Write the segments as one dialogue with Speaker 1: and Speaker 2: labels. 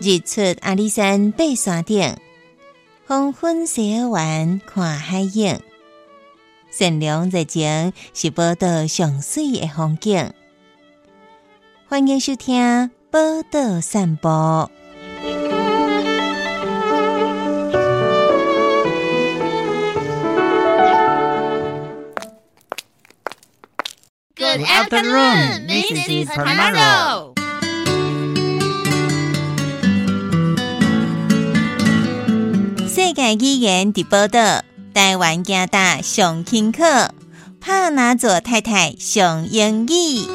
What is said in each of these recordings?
Speaker 1: 日出阿里山爬山顶，黄昏西尔湾看海影。善良热情是报道上水的风景。欢迎收听《报道散步》。
Speaker 2: Good afternoon, Mrs. Tamaro.
Speaker 1: 世界语言直报道，台湾加大上轻课，帕拿佐太太上英语。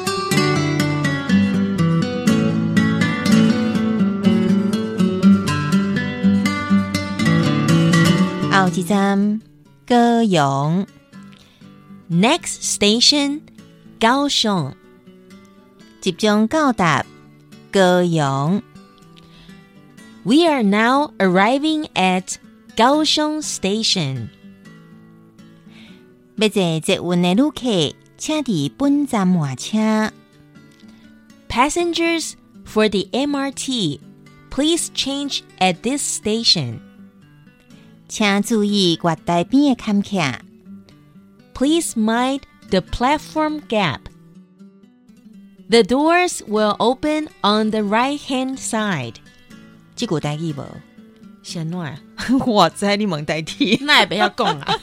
Speaker 1: 后一站高雄，
Speaker 2: Next station, Kaohsiung.
Speaker 1: 集中到达高雄，
Speaker 2: We are now arriving at Kaohsiung Station.
Speaker 1: 要坐捷运的旅客，请伫本站换车。
Speaker 2: Passengers for the MRT, please change at this station.
Speaker 1: 请注意月台边的坎坷，
Speaker 2: Please mind the platform gap. The doors will open on the right hand side.
Speaker 1: 即句代志无？
Speaker 2: 先暖，
Speaker 1: 我知你问代替
Speaker 2: 那也不要讲啊，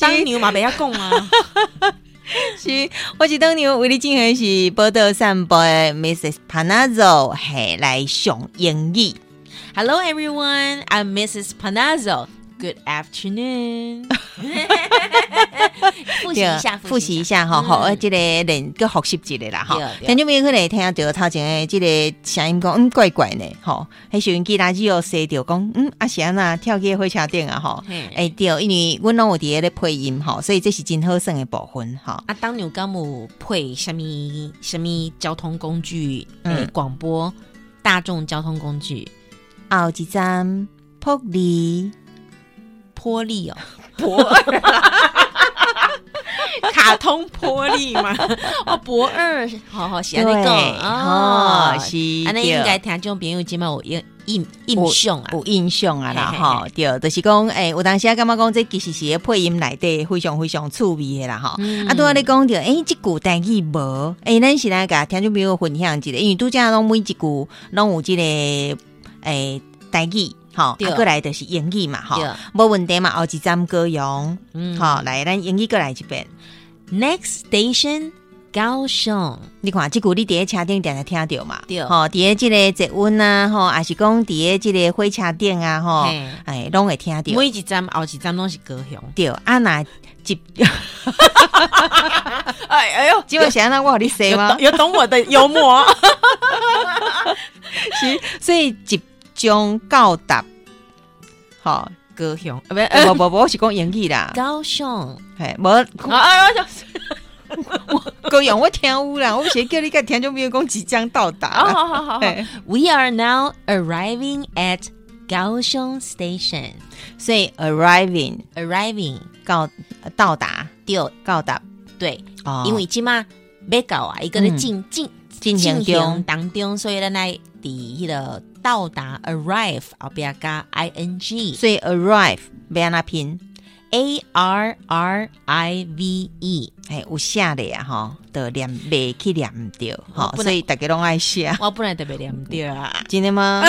Speaker 2: 当牛嘛不要讲啊。
Speaker 1: 是，我是当年为你进行是报道散步的 Mrs. Panazzo，系来上英语。
Speaker 2: Hello everyone, I'm Mrs. Panazzo. Good afternoon. 复习一下，
Speaker 1: 复习一下哈，
Speaker 2: 嗯
Speaker 1: 好，呃这个人个学习一个啦哈
Speaker 2: 对。对
Speaker 1: 听众朋友可能听到头前的这个声音讲，嗯，怪怪呢，吼，迄收音机垃圾又塞着讲，嗯，阿贤啊，跳起火车顶啊，吼，
Speaker 2: 嘿，
Speaker 1: 哎对，因为阮拢有伫咧配音吼，所以这是真好耍的部分吼。
Speaker 2: 啊，当牛干姆配什么什么交通工具？
Speaker 1: 嗯
Speaker 2: 诶，广播大众交通工具，
Speaker 1: 后一站福利
Speaker 2: 玻璃哦，博二， 卡通玻璃嘛，哦，博二，好好写那个
Speaker 1: 哦
Speaker 2: 哦，，
Speaker 1: 是，
Speaker 2: 啊，那
Speaker 1: 对
Speaker 2: 应该听众朋友今晚有印印
Speaker 1: 有
Speaker 2: 印象啊，
Speaker 1: 有印象啊啦
Speaker 2: 嘿嘿嘿
Speaker 1: 吼，对，就是讲诶，有当时啊，感觉讲这其实是咧配音内底非常非常趣味的啦吼。
Speaker 2: 嗯
Speaker 1: 啊，拄仔咧讲着，诶，即句代志无，诶，咱是来甲听众朋友分享一下，因为拄则拢每一句拢有即、个诶代志吼，啊
Speaker 2: 对，
Speaker 1: 过来就是英语嘛吼
Speaker 2: 对，
Speaker 1: 无问题嘛，后一站歌咏
Speaker 2: 嗯
Speaker 1: 吼，来咱英语过来一遍。
Speaker 2: Next station，高雄。哦
Speaker 1: 你看，即句你伫咧车顶定定听着嘛？
Speaker 2: 对
Speaker 1: 吼，伫咧即个捷运啊，吼，还是讲伫咧即个火车顶啊，吼
Speaker 2: 嘿，
Speaker 1: 哎，拢会听着。
Speaker 2: 每一站后一站拢是高雄。
Speaker 1: 对，啊若 集，
Speaker 2: 哎哎呦，
Speaker 1: 即个是安那我互你说 吗？
Speaker 2: 有懂我的幽默。啊
Speaker 1: 所以集中到达，吼，哎
Speaker 2: 高雄，啊不是
Speaker 1: 无无无，我是讲英语 啦，
Speaker 2: 高雄。
Speaker 1: 嘿，无
Speaker 2: 哎呦，
Speaker 1: 高阳我听有啦，我是叫你甲听众朋友讲即将到达。
Speaker 2: 啊好 好好
Speaker 1: 嘿
Speaker 2: We are now arriving at Kaohsiung Station.
Speaker 1: 所以 arriving
Speaker 2: Arriving
Speaker 1: 到到达
Speaker 2: 对
Speaker 1: 到达，
Speaker 2: 对，
Speaker 1: 哦
Speaker 2: 因为即嘛要到啊，一个咧
Speaker 1: 嗯
Speaker 2: 进进
Speaker 1: 进行中
Speaker 2: 当中，所以咱来伫迄个到达 arrive 后壁加 i n g
Speaker 1: 所以 arrive 要安那拼。
Speaker 2: a r r i v e。
Speaker 1: 哎，有写的呀吼，都念袂去念毋对吼，
Speaker 2: 本来
Speaker 1: 所以大家拢爱写。
Speaker 2: 我本来特别念唔对啊。
Speaker 1: 真的 吗？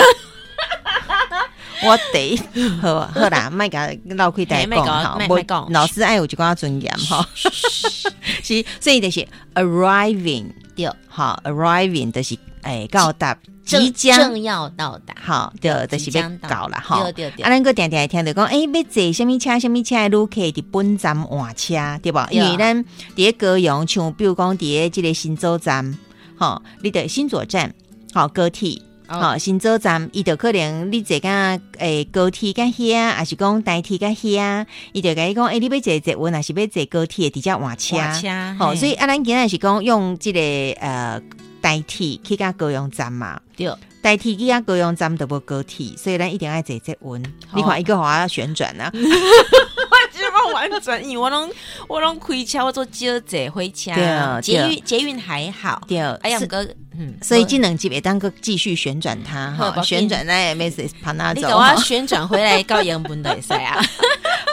Speaker 1: 我第一好啊好啦，莫甲老开台
Speaker 2: 嘿莫
Speaker 1: 讲
Speaker 2: 甲
Speaker 1: 吼
Speaker 2: 莫，
Speaker 1: 无
Speaker 2: 莫讲
Speaker 1: 老师爱有一寡尊严吼， 是所以就是 arriving
Speaker 2: 对，
Speaker 1: 吼 arriving 就是诶到达即
Speaker 2: 正
Speaker 1: 将
Speaker 2: 正要到达。
Speaker 1: 吼，对，就
Speaker 2: 即
Speaker 1: 是要
Speaker 2: 将到
Speaker 1: 到啦吼。
Speaker 2: 对对对
Speaker 1: 啊，咱个定定会听着讲，诶，要坐什物车，什物车的旅客伫本站换车，对无？
Speaker 2: 对
Speaker 1: 因为咱伫咧高雄，像比如讲伫咧即个新洲站，吼、你的新左站，吼、高铁。
Speaker 2: 哦
Speaker 1: 吼、新洲站，伊就可能你坐甲诶高铁甲遐，还是讲台铁甲遐，伊就甲你讲，诶、哎你要坐捷运，还是要坐高铁直接换车？
Speaker 2: 换车
Speaker 1: 吼、
Speaker 2: 嘿
Speaker 1: 所以啊，咱今仔是讲用即、个呃代替去甲高雄站嘛，
Speaker 2: 对，
Speaker 1: 代替去啊高雄站都无 高铁，所以咱一定爱坐捷运。你看一个互我旋转啊，
Speaker 2: 只不过完全，因为我拢我拢开车，我做少坐火车
Speaker 1: 对啊，
Speaker 2: 捷
Speaker 1: 对
Speaker 2: 运捷运还好。
Speaker 1: 对，
Speaker 2: 哎呀，
Speaker 1: 是
Speaker 2: 毋过嗯，
Speaker 1: 所以这两集也当个继续旋转它
Speaker 2: 好
Speaker 1: 哈，
Speaker 2: 不紧
Speaker 1: 旋转那 message 把它
Speaker 2: 你
Speaker 1: 走
Speaker 2: 给我
Speaker 1: 哈。
Speaker 2: 旋转回来到原本就会使 啊。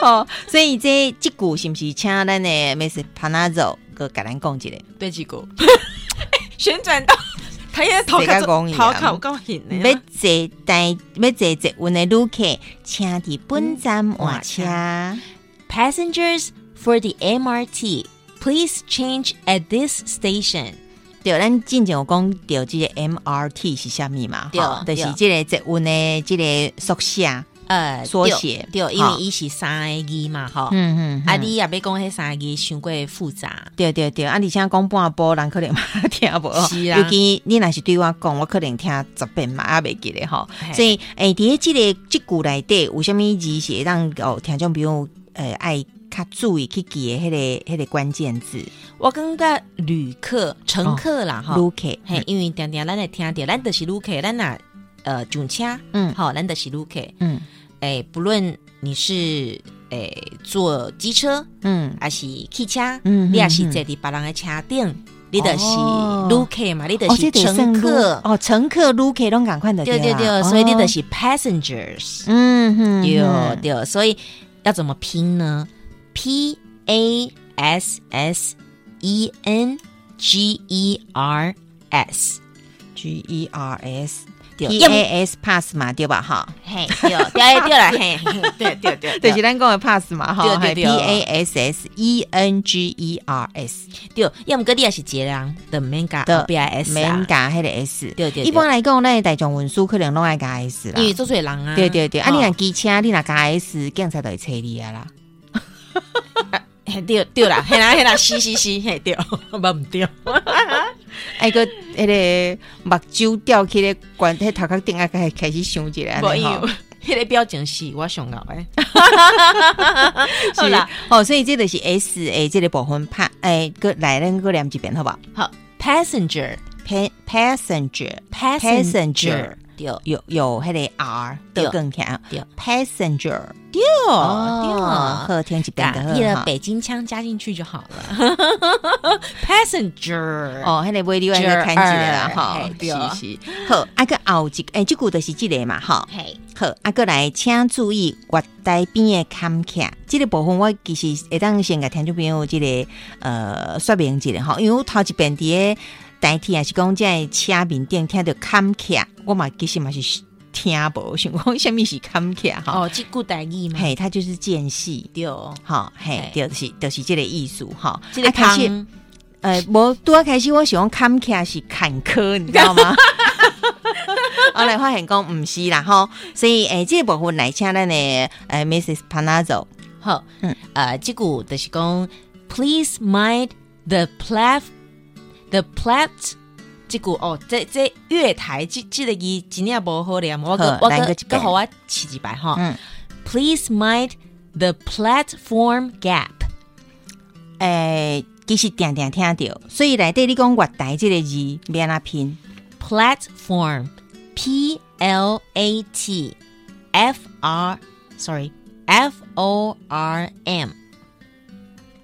Speaker 1: 哦， 所以这这句是不是请咱的 message 把它走？个甲咱讲一下，
Speaker 2: 对几个 旋转到，他也头
Speaker 1: 谁
Speaker 2: 壳
Speaker 1: 跟我一样
Speaker 2: 头壳够型的
Speaker 1: 要坐台要坐捷运的旅客，请伫本站换车。
Speaker 2: 嗯 Passengers for the MRT, please change at this station.
Speaker 1: 对，咱之前有讲到即个 MRT 是啥物嘛？
Speaker 2: 对
Speaker 1: 吼就
Speaker 2: 对
Speaker 1: 是即个捷运的即个宿舍。
Speaker 2: 呃，
Speaker 1: 缩写
Speaker 2: 对，对因
Speaker 1: 好
Speaker 2: 为伊是三个字嘛，吼。
Speaker 1: 嗯嗯，
Speaker 2: 啊，你也别讲迄三个字伤过复杂。
Speaker 1: 对对对，啊，而且讲半波人可能嘛 听无，
Speaker 2: 是啊
Speaker 1: 尤其你若是对我讲，我可能听十遍嘛也袂记咧吼。
Speaker 2: 嘿
Speaker 1: 所以诶，伫咧即个即句内底，有啥物字是会让哦听众朋友诶爱较注意去记诶迄个迄个关键字，
Speaker 2: 我感觉旅客、乘客啦，吼、
Speaker 1: 旅客，
Speaker 2: 嘿，因为定定咱会听着，咱就是旅客，咱若呃上车，
Speaker 1: 嗯
Speaker 2: 吼，咱就是旅客。
Speaker 1: 嗯
Speaker 2: 诶、哎不论你是诶、坐机车
Speaker 1: 嗯，
Speaker 2: 还是汽车，
Speaker 1: 嗯
Speaker 2: 你也
Speaker 1: 嗯
Speaker 2: 是
Speaker 1: 嗯
Speaker 2: 坐伫别人的车顶，你就是
Speaker 1: 哦
Speaker 2: 旅客嘛，你就
Speaker 1: 哦
Speaker 2: 是
Speaker 1: 这得
Speaker 2: 乘
Speaker 1: 算
Speaker 2: 客，
Speaker 1: 旅哦，乘客、旅客拢共款的
Speaker 2: 对对对，所以你就，是 passengers，、
Speaker 1: 哦嗯哼，
Speaker 2: 对
Speaker 1: 嗯
Speaker 2: 对，所以要怎么拼呢？P A S S E N G E R S，
Speaker 1: G E R S
Speaker 2: 对
Speaker 1: P A S pass 嘛，对吧？哈，
Speaker 2: 嘿，对对对了，嘿，嘿对对 对
Speaker 1: 就是咱讲的 pass 嘛，哈
Speaker 2: 对对对
Speaker 1: p A S S E N G E R S，
Speaker 2: 对，要么个你也是一个人的 manga
Speaker 1: 对
Speaker 2: B I S
Speaker 1: 免
Speaker 2: 啊，
Speaker 1: 加迄个 S。
Speaker 2: 对对，
Speaker 1: 一般来讲，咱的大众运输可能拢爱加 S 啦
Speaker 2: 对。因为做水人啊，
Speaker 1: 对对对，啊，你若
Speaker 2: 哦
Speaker 1: 机车，你若加 S，警察就会找你啊啦。
Speaker 2: 嘿对对啦，嘿啦嘿啦，是是是，嘿对， 我唔对，
Speaker 1: 哎个，迄个目睭吊起咧，关迄头壳顶啊，开开始想起来
Speaker 2: 无
Speaker 1: 尼
Speaker 2: 因
Speaker 1: 吼
Speaker 2: 为。迄个表情是我上 到诶，好
Speaker 1: 是
Speaker 2: 啦，
Speaker 1: 哦，所以这就是 S 诶，这个部分拍诶，个来咱个念一遍好不好
Speaker 2: 好，passenger
Speaker 1: ？Pa- Passenger Passenger 哦
Speaker 2: passenger 对
Speaker 1: 有有迄个 R
Speaker 2: 对
Speaker 1: 的更强
Speaker 2: 对
Speaker 1: ，passenger
Speaker 2: 哦对。
Speaker 1: 好听一遍
Speaker 2: 把你
Speaker 1: 就
Speaker 2: 的
Speaker 1: 好。
Speaker 2: 北京腔加进去就好了。Passenger，
Speaker 1: 哦，迄个尾另外个看一个啦，
Speaker 2: Jer-
Speaker 1: 吼
Speaker 2: 嘿，对
Speaker 1: 是是。好，啊个后一诶，即句就是即个嘛，吼。
Speaker 2: 嘿，
Speaker 1: 好，啊个来，请注意月台边的坎坷，即个部分我其实会当先甲听众朋友即个呃说明一下吼，因为我头一遍伫诶代替也是讲在车面顶听着坎坷，我嘛其实嘛是听无，想讲什物是坎坷吼。
Speaker 2: 哦，这句台语嘛，
Speaker 1: 嘿，它就是间隙，
Speaker 2: 对，
Speaker 1: 哈，嘿
Speaker 2: 嘿，
Speaker 1: 就是就是这个意思哈。
Speaker 2: 这个
Speaker 1: 啊开始，
Speaker 2: 腔
Speaker 1: 呃，无拄啊开始，我喜欢坎坷是坎坷，你知道 吗？后来发现讲毋是啦吼，所以诶，这个部分来请咱的呃 Mrs. Panazzo，
Speaker 2: 好，
Speaker 1: 嗯
Speaker 2: 嗯，呃，这句就是讲，Please mind the plat the plat。这句哦，这这月台这这个字真正无好念，我
Speaker 1: 好
Speaker 2: 个我
Speaker 1: 咱再
Speaker 2: 个
Speaker 1: 一
Speaker 2: 个
Speaker 1: 遍
Speaker 2: 好我试一摆哈。
Speaker 1: 嗯
Speaker 2: Please mind the platform gap。
Speaker 1: 诶，呃其实定定听着，所以内底你讲月台这个字免啊拼，
Speaker 2: Platform, P L A T F R, sorry, F O R M,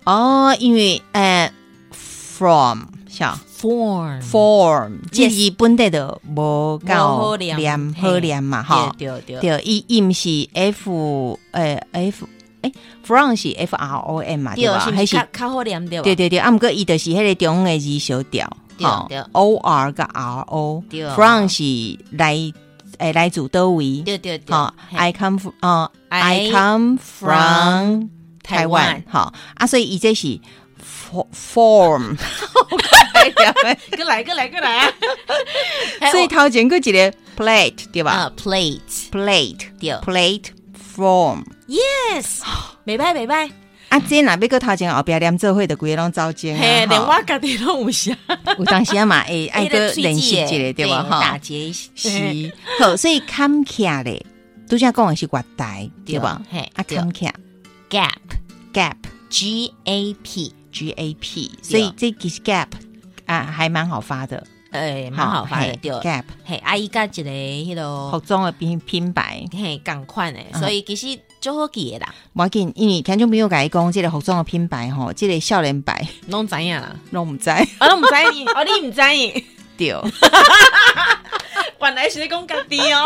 Speaker 1: 哦，因为诶 from 像
Speaker 2: form.
Speaker 1: form，这字本地的无够
Speaker 2: 无好念嘿
Speaker 1: 好念嘛吼。
Speaker 2: 对对对
Speaker 1: 对，伊伊毋是 F 呃 F 诶 f r o m 是 F R O M 嘛，对
Speaker 2: 对，哦
Speaker 1: 吧？
Speaker 2: 是不
Speaker 1: 还
Speaker 2: 是较
Speaker 1: 是
Speaker 2: 较好念对吧？
Speaker 1: 对对对，啊，毋过伊就是迄个中诶字小调，
Speaker 2: 对
Speaker 1: 吼
Speaker 2: 对
Speaker 1: ，O R 甲 R O
Speaker 2: 对
Speaker 1: f r o m 是来诶来自倒位，
Speaker 2: 对对对
Speaker 1: 吼
Speaker 2: 嘿
Speaker 1: ，I come from 哦
Speaker 2: I
Speaker 1: I come from 台
Speaker 2: 台
Speaker 1: 湾
Speaker 2: 湾，
Speaker 1: 吼啊，所以伊这是 for- form，
Speaker 2: 再来再来再 来。还有
Speaker 1: 所以头前佫一个 plate 对吧
Speaker 2: 哎啊，plate，
Speaker 1: ？plate
Speaker 2: 对
Speaker 1: plate form。
Speaker 2: ，yes，袂歹袂歹，
Speaker 1: 啊，这若要个头前后壁念做伙的规个拢走精啊！
Speaker 2: 嘿，连
Speaker 1: 吼
Speaker 2: 我家己都有哎写，
Speaker 1: 有当时啊嘛，会 爱个练习一下对吧？
Speaker 2: 打
Speaker 1: 哈，
Speaker 2: 结一下，
Speaker 1: 是 好，所以坎坷咧，拄则讲的是月台对吧？
Speaker 2: 嘿，
Speaker 1: 啊，
Speaker 2: 对
Speaker 1: 坎坷
Speaker 2: gap，G
Speaker 1: gap
Speaker 2: A P，
Speaker 1: G A P，所以这其实 gap 啊还蛮好发的，
Speaker 2: 哎，蛮好发的，
Speaker 1: 嘿
Speaker 2: 对。啊哦
Speaker 1: gap
Speaker 2: 嘿，阿姨甲一个迄、那
Speaker 1: 服
Speaker 2: 个
Speaker 1: 装的品品牌，
Speaker 2: 嘿共款诶，
Speaker 1: 嗯
Speaker 2: 所以其实足好记的啦，
Speaker 1: 无要紧，因为听众朋友甲伊讲，即、个服装的品牌吼，即、个少年牌
Speaker 2: 拢知影啦。
Speaker 1: 拢毋知
Speaker 2: 啊，拢毋知影， 哦，你毋知影，
Speaker 1: 着。
Speaker 2: 原来是你讲家己哦。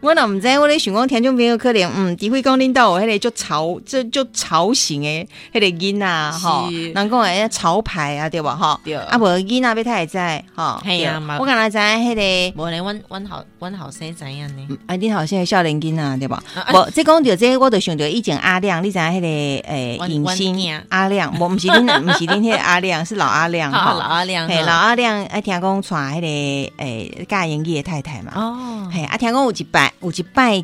Speaker 1: 我若毋知，我咧想讲听众朋友可能，嗯，除非讲恁兜有迄个足潮，即足潮型诶，迄个囡仔吼，
Speaker 2: 是
Speaker 1: 人讲诶潮牌啊，对无吼，
Speaker 2: 对
Speaker 1: 啊无囡仔要太会知吼，
Speaker 2: 嘿啊
Speaker 1: 对
Speaker 2: 嘛
Speaker 1: 我敢若知影迄个。
Speaker 2: 无咧，阮阮后阮后生知影呢。
Speaker 1: 嗯啊，恁好像有少年囡仔对无？
Speaker 2: 啊
Speaker 1: 无，即讲着这，我就想着以前阿亮，你知影迄个诶
Speaker 2: 阮
Speaker 1: 影
Speaker 2: 阮
Speaker 1: 星
Speaker 2: 囝
Speaker 1: 阿亮，无毋是恁， 毋是恁迄个阿亮，是老阿亮
Speaker 2: 好
Speaker 1: 吼
Speaker 2: 啊老。阿亮
Speaker 1: 嘿，
Speaker 2: 哈
Speaker 1: 老阿亮爱听讲娶迄个诶嫁英语的太太嘛。
Speaker 2: 哦，
Speaker 1: 嘿，啊，听讲有一摆，有一摆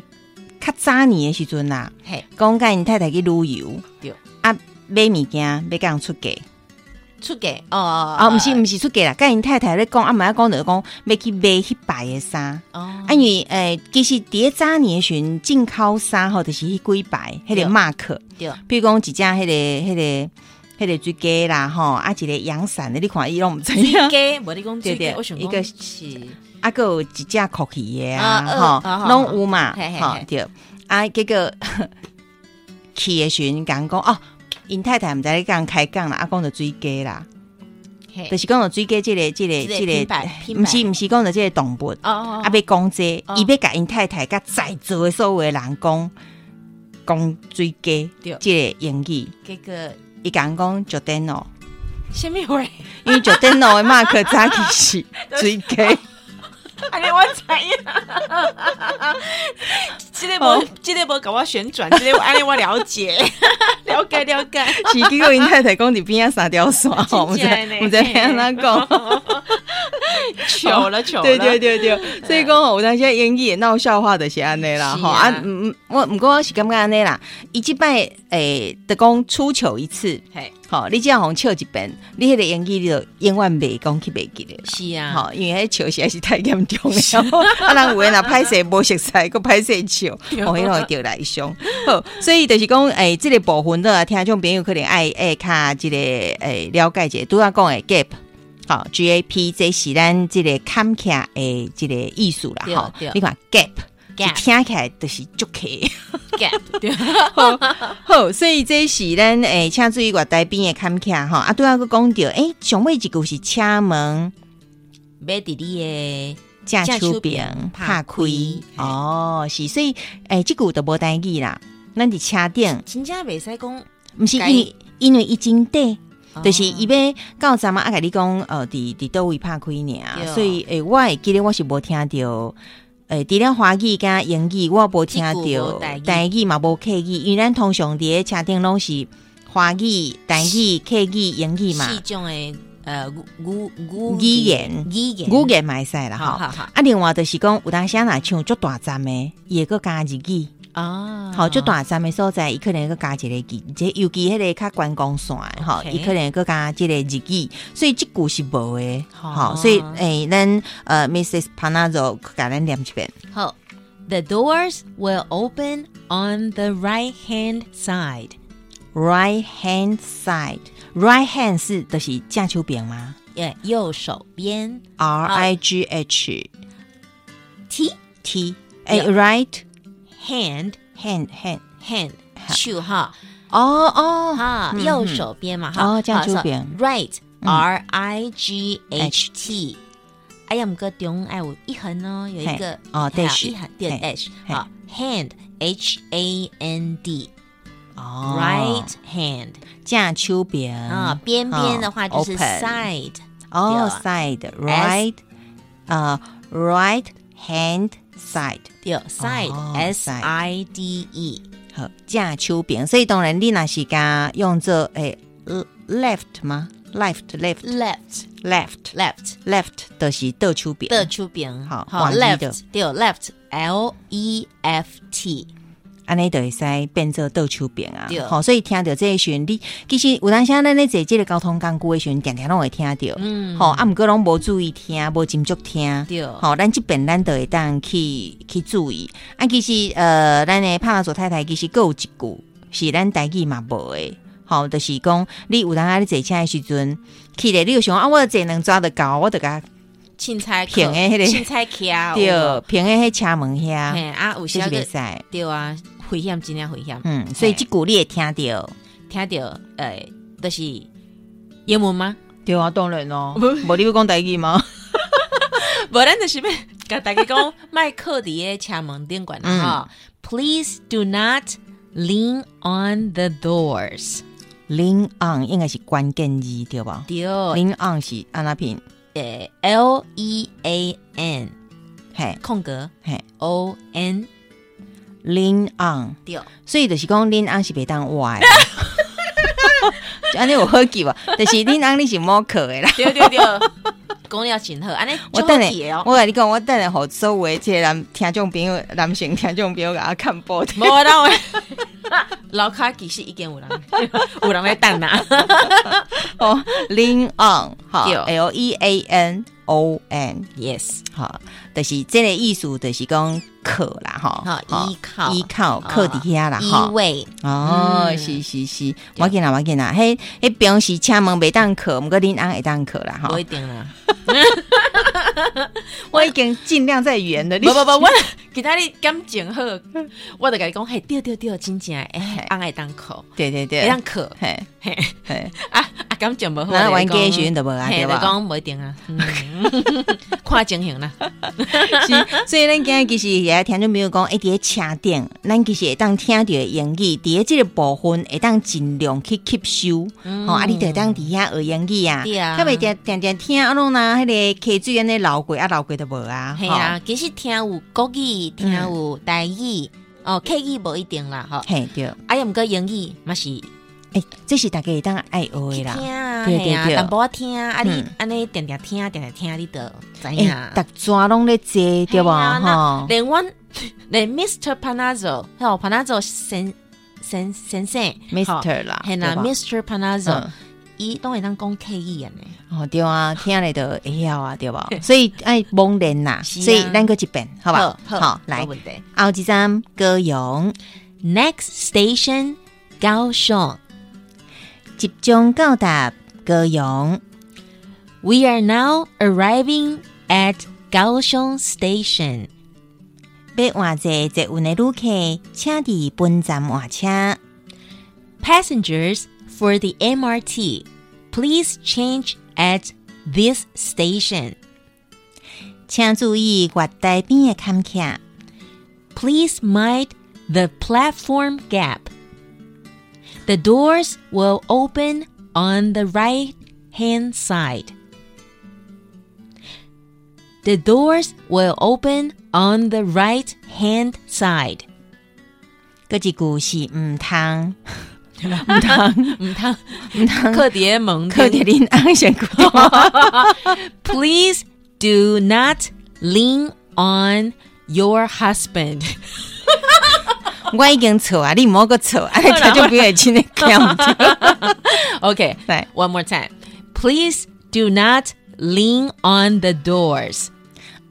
Speaker 1: 较早年的时阵啦，
Speaker 2: 嘿，
Speaker 1: 讲甲因太太去旅游，
Speaker 2: 对
Speaker 1: 啊，买物件要甲人出价，
Speaker 2: 出嫁哦哦，
Speaker 1: 啊，毋是毋是出价啦，甲因太太咧讲，啊，毋爱讲着讲要去买迄排的衫，
Speaker 2: 哦
Speaker 1: 啊，，因为诶、呃其实伫咧早年的时阵进口衫吼，就是迄几排，迄、
Speaker 2: 对
Speaker 1: 个 mark，
Speaker 2: 对，
Speaker 1: 比如讲一只迄、个迄、个。迄个水鸡啦吼，啊一个阳伞的，你看伊拢毋知影，
Speaker 2: 嫁，无你讲
Speaker 1: 对
Speaker 2: 出
Speaker 1: 对
Speaker 2: 嫁，我想
Speaker 1: 一个
Speaker 2: 讲是
Speaker 1: 啊还有一只酷奇的
Speaker 2: 啊
Speaker 1: 啊，
Speaker 2: 呃
Speaker 1: 吼，拢有嘛，
Speaker 2: 嘿嘿
Speaker 1: 吼
Speaker 2: 嘿
Speaker 1: 对，啊，结果 去的时阵讲讲哦，因太太毋知咧甲人开讲啦，啊，讲着水鸡啦，
Speaker 2: 嘿
Speaker 1: 就是讲着水鸡即个即
Speaker 2: 这个
Speaker 1: 个即
Speaker 2: 品
Speaker 1: 个
Speaker 2: 牌，品
Speaker 1: 毋
Speaker 2: 牌
Speaker 1: 是毋是讲着即个动物，
Speaker 2: 哦哦，
Speaker 1: 啊，
Speaker 2: 哦
Speaker 1: 要讲这
Speaker 2: 哦，
Speaker 1: 伊要甲因太太甲在座的所有的人讲讲水鸡
Speaker 2: 对，
Speaker 1: 即个英语，
Speaker 2: 这个
Speaker 1: 伊甲人讲就等哦，
Speaker 2: 什么话？
Speaker 1: 因为就等哦的 mark 早 起是水鸡。
Speaker 2: 安尼我知影，即个无即个无甲我旋转，即个安尼我了 解，了解了解。
Speaker 1: 是结果因太太讲伫边仔三条线，吼，毋知
Speaker 2: 真的呢
Speaker 1: 毋知要安怎讲。
Speaker 2: 糗了糗了，
Speaker 1: 对对对
Speaker 2: 啊
Speaker 1: 对，所以讲吼，有当时英语闹笑话就是安尼啦，
Speaker 2: 是
Speaker 1: 吼
Speaker 2: 啊
Speaker 1: 啊，嗯嗯，我毋过我是感觉安尼啦，伊即摆诶，得讲出糗一次，
Speaker 2: 嘿，
Speaker 1: 吼，你只要互笑一遍，你迄个英语你就永远袂讲去袂记咧。
Speaker 2: 是啊，
Speaker 1: 吼，因为迄笑实在是太严重了， 啊，人有诶若歹势无熟悉，佮歹势笑，哦，迄落会着来伤。好，所以就是讲，诶、即、个部分的听众朋友可能爱爱较即、个诶、了解者，拄仔讲诶 gap。好，GAP 这是咱即个坎起诶，即个意思
Speaker 2: 对
Speaker 1: 啦，吼
Speaker 2: 对。
Speaker 1: 你看 gap，
Speaker 2: Gap
Speaker 1: 一听起来就是足客。
Speaker 2: gap 对，
Speaker 1: 好，所以这是咱诶，请注意我台边诶坎起吼。啊，拄仔个讲着，诶、上尾一句是车门
Speaker 2: 买伫你
Speaker 1: 架
Speaker 2: 手
Speaker 1: 手
Speaker 2: 柄
Speaker 1: 柄拍
Speaker 2: 拍
Speaker 1: 开
Speaker 2: 开嘿
Speaker 1: 哦，是所以诶，即句都无代志啦。咱伫车顶
Speaker 2: 的，，真正袂使讲，
Speaker 1: 毋是因
Speaker 2: 该
Speaker 1: 为因为伊真短，就是伊
Speaker 2: 哎哦
Speaker 1: 要到咱们啊，甲你讲，呃，伫伫倒位拍开尔，
Speaker 2: 对
Speaker 1: 所以诶，我会记得我是无听着。诶，除了华语甲英语，我无听
Speaker 2: 这句无
Speaker 1: 着
Speaker 2: 台语
Speaker 1: 台语嘛，无客语，因为咱通常伫咧车顶拢是华语、台语、客语、英语嘛，
Speaker 2: 四种的呃语语
Speaker 1: 语言
Speaker 2: 语言
Speaker 1: 语言嘛会使啦
Speaker 2: 好
Speaker 1: 吼。
Speaker 2: 好好
Speaker 1: 啊，另外就是讲，有当时啊若唱足大站诶，伊会个加日语。
Speaker 2: 啊
Speaker 1: 好，就大站的所在，伊可能个加一个字，即尤其迄个较观光线的吼，
Speaker 2: OK
Speaker 1: 伊可能个加即个日语，所以即句是无的。
Speaker 2: 哦
Speaker 1: 好，所以诶，咱呃，Mrs. Panazzo 甲咱念一遍。
Speaker 2: 好。The doors will open on the right hand side.
Speaker 1: Right hand side，right hand 是就是正手柄吗
Speaker 2: 耶，右手边
Speaker 1: ？R I G H
Speaker 2: T
Speaker 1: T，诶
Speaker 2: Yeah
Speaker 1: ，right
Speaker 2: hand
Speaker 1: hand hand，
Speaker 2: hand 手哈
Speaker 1: 哦哦
Speaker 2: 哈，右手边嘛哈。
Speaker 1: 哦这样
Speaker 2: 好
Speaker 1: 手边
Speaker 2: so Right R I G H T。哎呀，我们个中哎，我一横哦，有一个
Speaker 1: 嘿哦
Speaker 2: 还有
Speaker 1: dash
Speaker 2: 一横对
Speaker 1: 嘿
Speaker 2: dash
Speaker 1: 嘿
Speaker 2: 好 hand H A N D
Speaker 1: 哦
Speaker 2: right hand
Speaker 1: 正手柄
Speaker 2: 啊，边边的话就是
Speaker 1: 嗯啊 open
Speaker 2: side
Speaker 1: 哦
Speaker 2: 对
Speaker 1: ，side right，呃，right hand side，
Speaker 2: 对 side
Speaker 1: 哦
Speaker 2: S
Speaker 1: side
Speaker 2: I D E
Speaker 1: 好，正手柄。所以当然你若是甲用做诶呃 left 吗？left left
Speaker 2: left
Speaker 1: left
Speaker 2: left
Speaker 1: left 就是倒手柄。
Speaker 2: 的出边
Speaker 1: 好
Speaker 2: 好
Speaker 1: 往里的
Speaker 2: left 对 left L E F T
Speaker 1: 安尼就会使变做倒手柄啊
Speaker 2: 对。
Speaker 1: 好，所以听到这个时阵，你其实有当时啊咱咧坐即个交通工具的时阵，定定拢会听到。
Speaker 2: 嗯
Speaker 1: 好，啊，毋过拢无注意听，无斟酌听。
Speaker 2: 对
Speaker 1: 好，咱即边咱都会当去去注意。啊，其实呃，咱的帕拉索太太其实还有一句是咱家己嘛无的。好，就是讲你有当啊，你坐车的时阵，去咧，你就想啊，我坐两抓的到，我就甲
Speaker 2: 凊彩
Speaker 1: 平的那个
Speaker 2: 凊彩徛有
Speaker 1: 对，平诶迄车门遐，
Speaker 2: 嘿啊有
Speaker 1: 这
Speaker 2: 些
Speaker 1: 是袂
Speaker 2: 个
Speaker 1: 使。
Speaker 2: 对啊危险，真正危险。
Speaker 1: 嗯，所以即句你会听着。
Speaker 2: 听着，诶、呃，就是英文吗？
Speaker 3: 对啊，当然 咯，无你要讲台语吗？
Speaker 2: 无咱就是要 甲大家 讲，卖靠伫诶车门顶管
Speaker 1: 嗯
Speaker 2: 吼。Please do not lean on the doors。
Speaker 1: 零 on 应该是关键字对吧？
Speaker 2: 对，
Speaker 1: 零 on 是安那片，
Speaker 2: 诶，L E A N
Speaker 1: 嘿
Speaker 2: 空格
Speaker 1: 嘿，
Speaker 2: O N
Speaker 1: 零 on，
Speaker 2: 对，
Speaker 1: 所以就是讲零 on 是袂当歪。 安尼有好记无？但是恁翁你是莫课的啦。
Speaker 2: 对对对，讲了真好，安尼
Speaker 1: 我等
Speaker 2: 足好记的
Speaker 1: 下，
Speaker 2: 哦。
Speaker 1: 我甲你讲，我等下互所有的即个男听众朋友、男性听众朋友甲我看报的。
Speaker 2: 无啦，我 楼骹其实已经有 人，有人咧等啊啦。
Speaker 1: 哦，lean on 哈
Speaker 2: 对
Speaker 1: ，L E A N O N
Speaker 2: Yes，
Speaker 1: 哈，就是这个意思，就是讲靠啦哈
Speaker 2: 哈，
Speaker 1: 哈
Speaker 2: 哦依靠
Speaker 1: 依靠
Speaker 2: 啊
Speaker 1: 靠底下啦
Speaker 2: 依
Speaker 1: 哈。
Speaker 2: 偎，
Speaker 1: 哦，
Speaker 2: 嗯
Speaker 1: 是是是，我见啦我见啦，嘿，迄平时车门袂当靠，毋过恁翁会当靠啦哈
Speaker 2: 不。一定啦。
Speaker 1: 我已经尽量在圆的，你
Speaker 2: 不不不，我 其他你感情好，我就甲你讲，嘿，对对对，真 正哎，翁爱当考，
Speaker 1: 对对
Speaker 2: 会
Speaker 1: 对，
Speaker 2: 当考，
Speaker 1: 嘿
Speaker 2: 嘿，
Speaker 1: 嘿，
Speaker 2: 啊啊，感情无好，
Speaker 1: 那玩
Speaker 2: 我就
Speaker 1: 家的
Speaker 2: 跟你讲
Speaker 1: 时阵就无啊，
Speaker 2: 嘿
Speaker 1: 对
Speaker 2: 就
Speaker 1: 吧？
Speaker 2: 讲不一定啊，嗯 看情 形啦，
Speaker 1: 是，所以咱今日其实也听众朋友讲，一咧车顶，咱其实会当听到的英语，伫咧即个部分会当尽量去吸收。
Speaker 2: 嗯
Speaker 1: 吼、啊，你就会当伫遐学英语啊，
Speaker 2: 对啊
Speaker 1: 较袂定定定听啊拢呐，迄个溪水安尼流过啊，流过都无啊，
Speaker 2: 系
Speaker 1: 吼
Speaker 2: 啊，，其实听有国语，听有
Speaker 1: 嗯
Speaker 2: 台语，哦，客语无一定啦，吼，
Speaker 1: 嘿对，诶、
Speaker 2: 啊，也毋过英语嘛是去
Speaker 1: 这是大家会当爱学的
Speaker 2: 听
Speaker 1: 啦。
Speaker 2: 啊，
Speaker 1: 对
Speaker 2: 嘿啊
Speaker 1: 对对
Speaker 2: 淡薄仔听啊，啊你
Speaker 1: 嗯
Speaker 2: 安尼定定听，定定听，你就知
Speaker 1: 诶
Speaker 2: 影。，
Speaker 1: 逐抓拢咧坐对吧？
Speaker 2: 嘿啊
Speaker 1: 吼，
Speaker 2: 连阮 连 Mr. Panazzo，还有 Panazzo 先先先生
Speaker 1: m
Speaker 2: 吼
Speaker 1: r 啦，
Speaker 2: 嘿啦
Speaker 1: 对吧
Speaker 2: ，Mr. Panazzo，
Speaker 1: 嗯
Speaker 2: 伊都会当讲 K E 安尼，
Speaker 1: 哦对啊，听咧就会晓啊，对吧？所以爱蒙练啦，
Speaker 2: 是啊
Speaker 1: 所以咱个一遍，好吧？来
Speaker 2: 没，问题。
Speaker 1: 后一站高阳，
Speaker 2: Next station，高雄。
Speaker 1: 集中到达高阳，
Speaker 2: We are now arriving at 高雄 station。
Speaker 1: 要换坐坐运的旅客，请伫本站换车。
Speaker 2: Passengers for the MRT, please change at this station.
Speaker 1: 请注意月台边的坎坷，
Speaker 2: Please mind the platform gap. The doors will open on the right hand side. The doors will open on the right hand side.
Speaker 1: 各一句是毋通， 靠着
Speaker 2: 唔通，唔通，客碟蒙，客碟。
Speaker 1: 恁安全骨
Speaker 2: Please do not lean on your husband.
Speaker 1: 我已经错啊，你毋好个错，安尼听众朋友会真诶讲。
Speaker 2: Okay,
Speaker 1: 来，
Speaker 2: one more time. Please do not lean on the doors.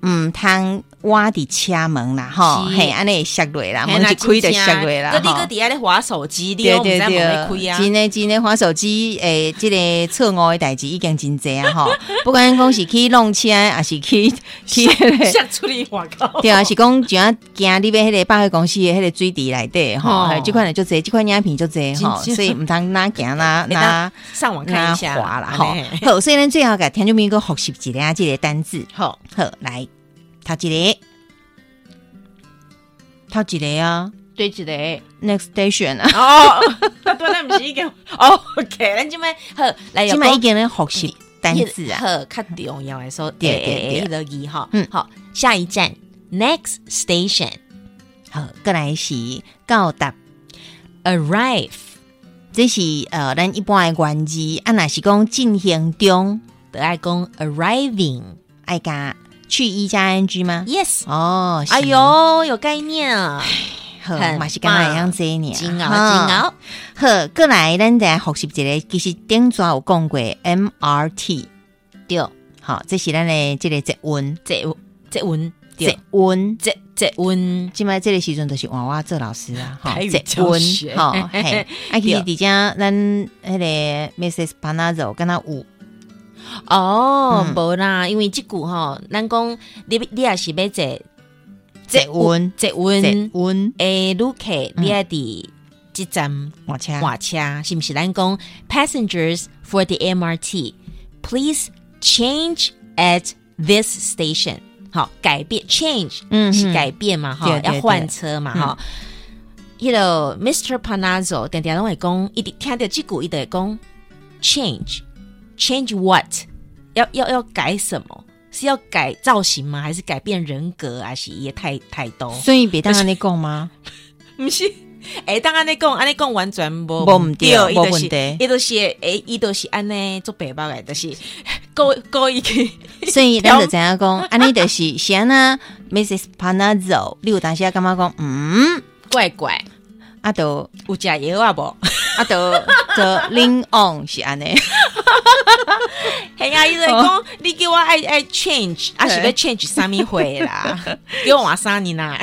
Speaker 1: 毋通挖伫车门啦，吼，
Speaker 2: 是
Speaker 1: 嘿，安尼会摔落啦，门一开
Speaker 2: 嘿啦
Speaker 1: 就
Speaker 2: 真正
Speaker 1: 摔落啦，
Speaker 2: 搁你搁
Speaker 1: 吼
Speaker 2: 伫遐咧划手机，你
Speaker 1: 对
Speaker 2: 又毋知
Speaker 1: 对
Speaker 2: 门咧
Speaker 1: 对，
Speaker 2: 开啊。
Speaker 1: 真诶真诶，滑手机诶，即个错误诶代志已经真济啊吼， 不管讲是去弄车，还是 去去迄个。
Speaker 2: 吓啊出去外口。
Speaker 1: 对啊，是讲怎啊惊你要迄个百货公司的迄个水池内底吼，
Speaker 2: 哦
Speaker 1: 还有即款的就这，即款影片就这吼，
Speaker 2: 真正
Speaker 1: 所以毋通哪行 哪
Speaker 2: 会当
Speaker 1: 哪
Speaker 2: 上网看
Speaker 1: 哪
Speaker 2: 一下
Speaker 1: 滑啦吼
Speaker 2: 安尼。
Speaker 1: 好，所以咱最后甲听众朋友学习一下即个单字。
Speaker 2: 好，
Speaker 1: 好，来，头一个，头一个啊
Speaker 2: 对一 个。
Speaker 1: ，next station 啊，
Speaker 2: 哦， 对，咱毋是已经。哦，OK，咱即摆好来
Speaker 1: 即
Speaker 2: 又
Speaker 1: 摆已
Speaker 2: 讲
Speaker 1: 经咧学习单字啊。
Speaker 2: 好，较重要诶，说
Speaker 1: 对对对
Speaker 2: 迄哎个字吼。
Speaker 1: 嗯
Speaker 2: 好，下一站，next station
Speaker 1: 好，过来是到达，
Speaker 2: arrive
Speaker 1: 这是呃咱一般的原字，啊，若是讲进行中，
Speaker 2: 得爱讲 arriving。
Speaker 1: 爱加去一加 ing 吗？
Speaker 2: Yes，
Speaker 1: 哦，是
Speaker 2: 哎，呦，有概念啊，
Speaker 1: 好，
Speaker 2: 很
Speaker 1: 嘛是干那样子呢？
Speaker 2: 金鳌金鳌。
Speaker 1: 好，过来咱再学习一个，其实顶早有讲过 MRT，
Speaker 2: 对，
Speaker 1: 好，这是咱的这个捷运，
Speaker 2: 这这文对
Speaker 1: 捷运。
Speaker 2: 这这温
Speaker 1: 即摆这个时阵就是娃娃做老师啊， 吼
Speaker 2: 台语
Speaker 1: 捷
Speaker 2: 教学
Speaker 1: 运吼， 嘿，啊，其实伫遮咱迄个 Mrs. Panazzo 敢若有
Speaker 2: 哦，
Speaker 1: 嗯
Speaker 2: 无啦，因为即句吼，咱讲你你也是要坐
Speaker 1: 捷运
Speaker 2: 捷
Speaker 1: 捷
Speaker 2: 运
Speaker 1: 运
Speaker 2: 诶，旅客你爱伫即站
Speaker 1: 换车，
Speaker 2: 换车，是毋是咱讲 passengers for the MRT please change at this station？好，改变 change，
Speaker 1: 嗯
Speaker 2: 是
Speaker 1: 嗯
Speaker 2: 改变嘛，哈
Speaker 1: 对，对嗯
Speaker 2: 要换车嘛，哈。迄个 Mr. Panazzo 定定拢会讲，一直听着即句伊就会讲 change，change what？要要要改什么？是要改造型吗？还是改变人格？还是伊的态态度？
Speaker 1: 所以别当安尼讲吗？
Speaker 2: 毋是，哎，当安尼讲，安尼讲完全无
Speaker 1: 无毋对
Speaker 2: 伊就
Speaker 1: 无
Speaker 2: 是
Speaker 1: 问题
Speaker 2: 伊就是哎，伊就是安尼做白包诶，就是 故故意去，
Speaker 1: 所以咱就知影讲，安尼就是是安那 Mrs. Panazzo，你有当时感觉讲，嗯，
Speaker 2: 怪怪，
Speaker 1: 啊都
Speaker 2: 有食药啊无？
Speaker 1: 啊都都 lean on 是安 尼，
Speaker 2: 嘿啊，伊就会
Speaker 1: 哦
Speaker 2: 讲，你叫我爱爱 change，啊是要 change 啥物货啦？叫我换三年啦，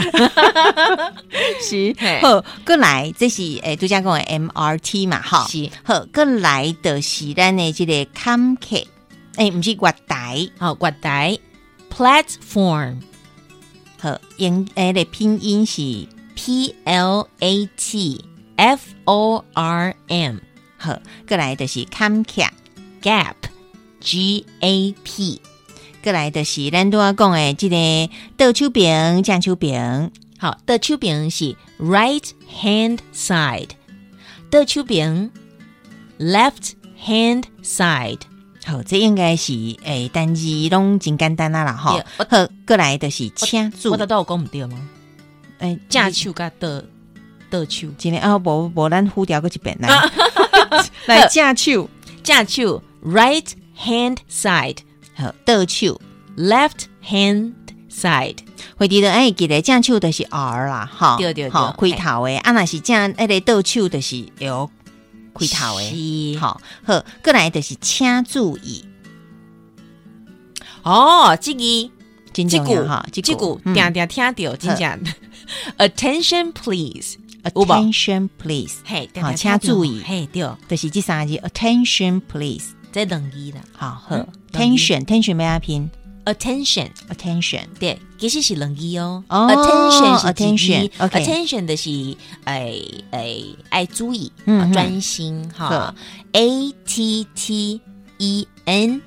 Speaker 1: 是
Speaker 2: 嘿
Speaker 1: 好，过来这是诶拄则讲的 MRT 嘛，吼，
Speaker 2: 是
Speaker 1: 好，过来就是咱的即个 c o 客，诶，毋是月台，
Speaker 2: 好，月台 platform
Speaker 1: 好，英诶的拼音是
Speaker 2: p l a t f o r m
Speaker 1: 好，过来就是 c o 客，
Speaker 2: gap g a p
Speaker 1: 过来就是咱拄仔讲的即个倒手边、正手边。
Speaker 2: 好，的手边是 right hand side，的手边 left hand side。
Speaker 1: 好，这应该是诶单字拢真简单啊啦吼
Speaker 2: 对。我
Speaker 1: 好，过来就是请住
Speaker 2: 我，的有讲唔对吗？
Speaker 1: 诶，
Speaker 2: 正手甲倒倒手，
Speaker 1: 今天啊，无无咱呼调过一遍
Speaker 2: 啊
Speaker 1: 来， 来正手，
Speaker 2: 正手 right hand side，
Speaker 1: 好倒手，
Speaker 2: left hand side。
Speaker 1: 回头的哎，记得正手就是 R 啦，吼，
Speaker 2: 对对对
Speaker 1: 吼开头诶，啊若是正迄个倒手就是 L 开头诶，
Speaker 2: 是
Speaker 1: 好，好，过来就是请注意，
Speaker 2: 哦，这个
Speaker 1: 真
Speaker 2: 这
Speaker 1: 重要
Speaker 2: 句
Speaker 1: 哈，
Speaker 2: 这句
Speaker 1: 嗯
Speaker 2: 定定听到，真正 attention please，有无
Speaker 1: Attention please，
Speaker 2: 嘿，
Speaker 1: 好
Speaker 2: 定定听
Speaker 1: 请
Speaker 2: 到
Speaker 1: 注意
Speaker 2: 嘿，对，
Speaker 1: 就是这三个字 Attention please，
Speaker 2: 这两字啦
Speaker 1: 好，好
Speaker 2: 嗯
Speaker 1: ，Tension，Tension 要拼
Speaker 2: ，attention。
Speaker 1: Attention。
Speaker 2: 对，其实是两个哦。
Speaker 1: 哦
Speaker 2: attention 是几
Speaker 1: attention，OK
Speaker 2: attention 的是哎哎爱注意，
Speaker 1: 嗯
Speaker 2: 啊
Speaker 1: 嗯
Speaker 2: 专心哈。A T T E N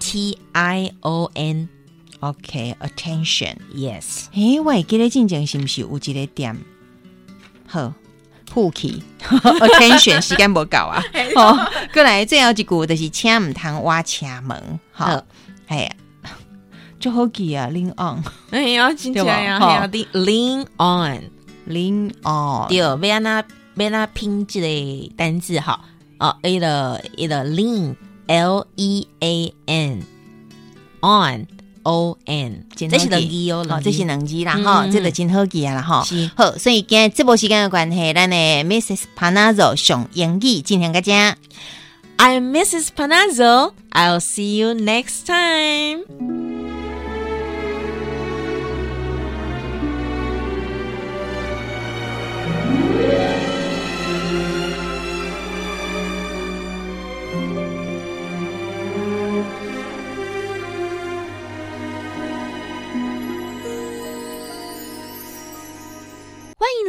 Speaker 2: T I O N
Speaker 1: OK，attention、
Speaker 2: yes，
Speaker 1: 诶，我会记得进前是毋是有一个点？好，呼气 attention 时间无够 啊！
Speaker 2: 哎
Speaker 1: 哦，过来最后一句就是请毋通挖车门，好
Speaker 2: 好，
Speaker 1: 哎呀， 就好记啊，lean
Speaker 2: 哎呀，真
Speaker 1: 正呀
Speaker 2: ，lean lean on，
Speaker 1: on，lean on，
Speaker 2: 对，要安那要安那拼这个单字哈。哦，一个一个 lean L E A N on O N，
Speaker 1: 真
Speaker 2: 这是
Speaker 1: 好
Speaker 2: 两
Speaker 1: 记
Speaker 2: 个哦，
Speaker 1: 好
Speaker 2: 两个
Speaker 1: 这是两字啦，
Speaker 2: 嗯
Speaker 1: 吼，
Speaker 2: 嗯
Speaker 1: 这个真好记啊啦，吼。
Speaker 2: 是
Speaker 1: 好，所以今日这波时间的关系，咱的 Mrs. Panazzo 上英语进行个遮。
Speaker 2: I'm Mrs. Panazzo. I'll see you next time.
Speaker 4: 欢迎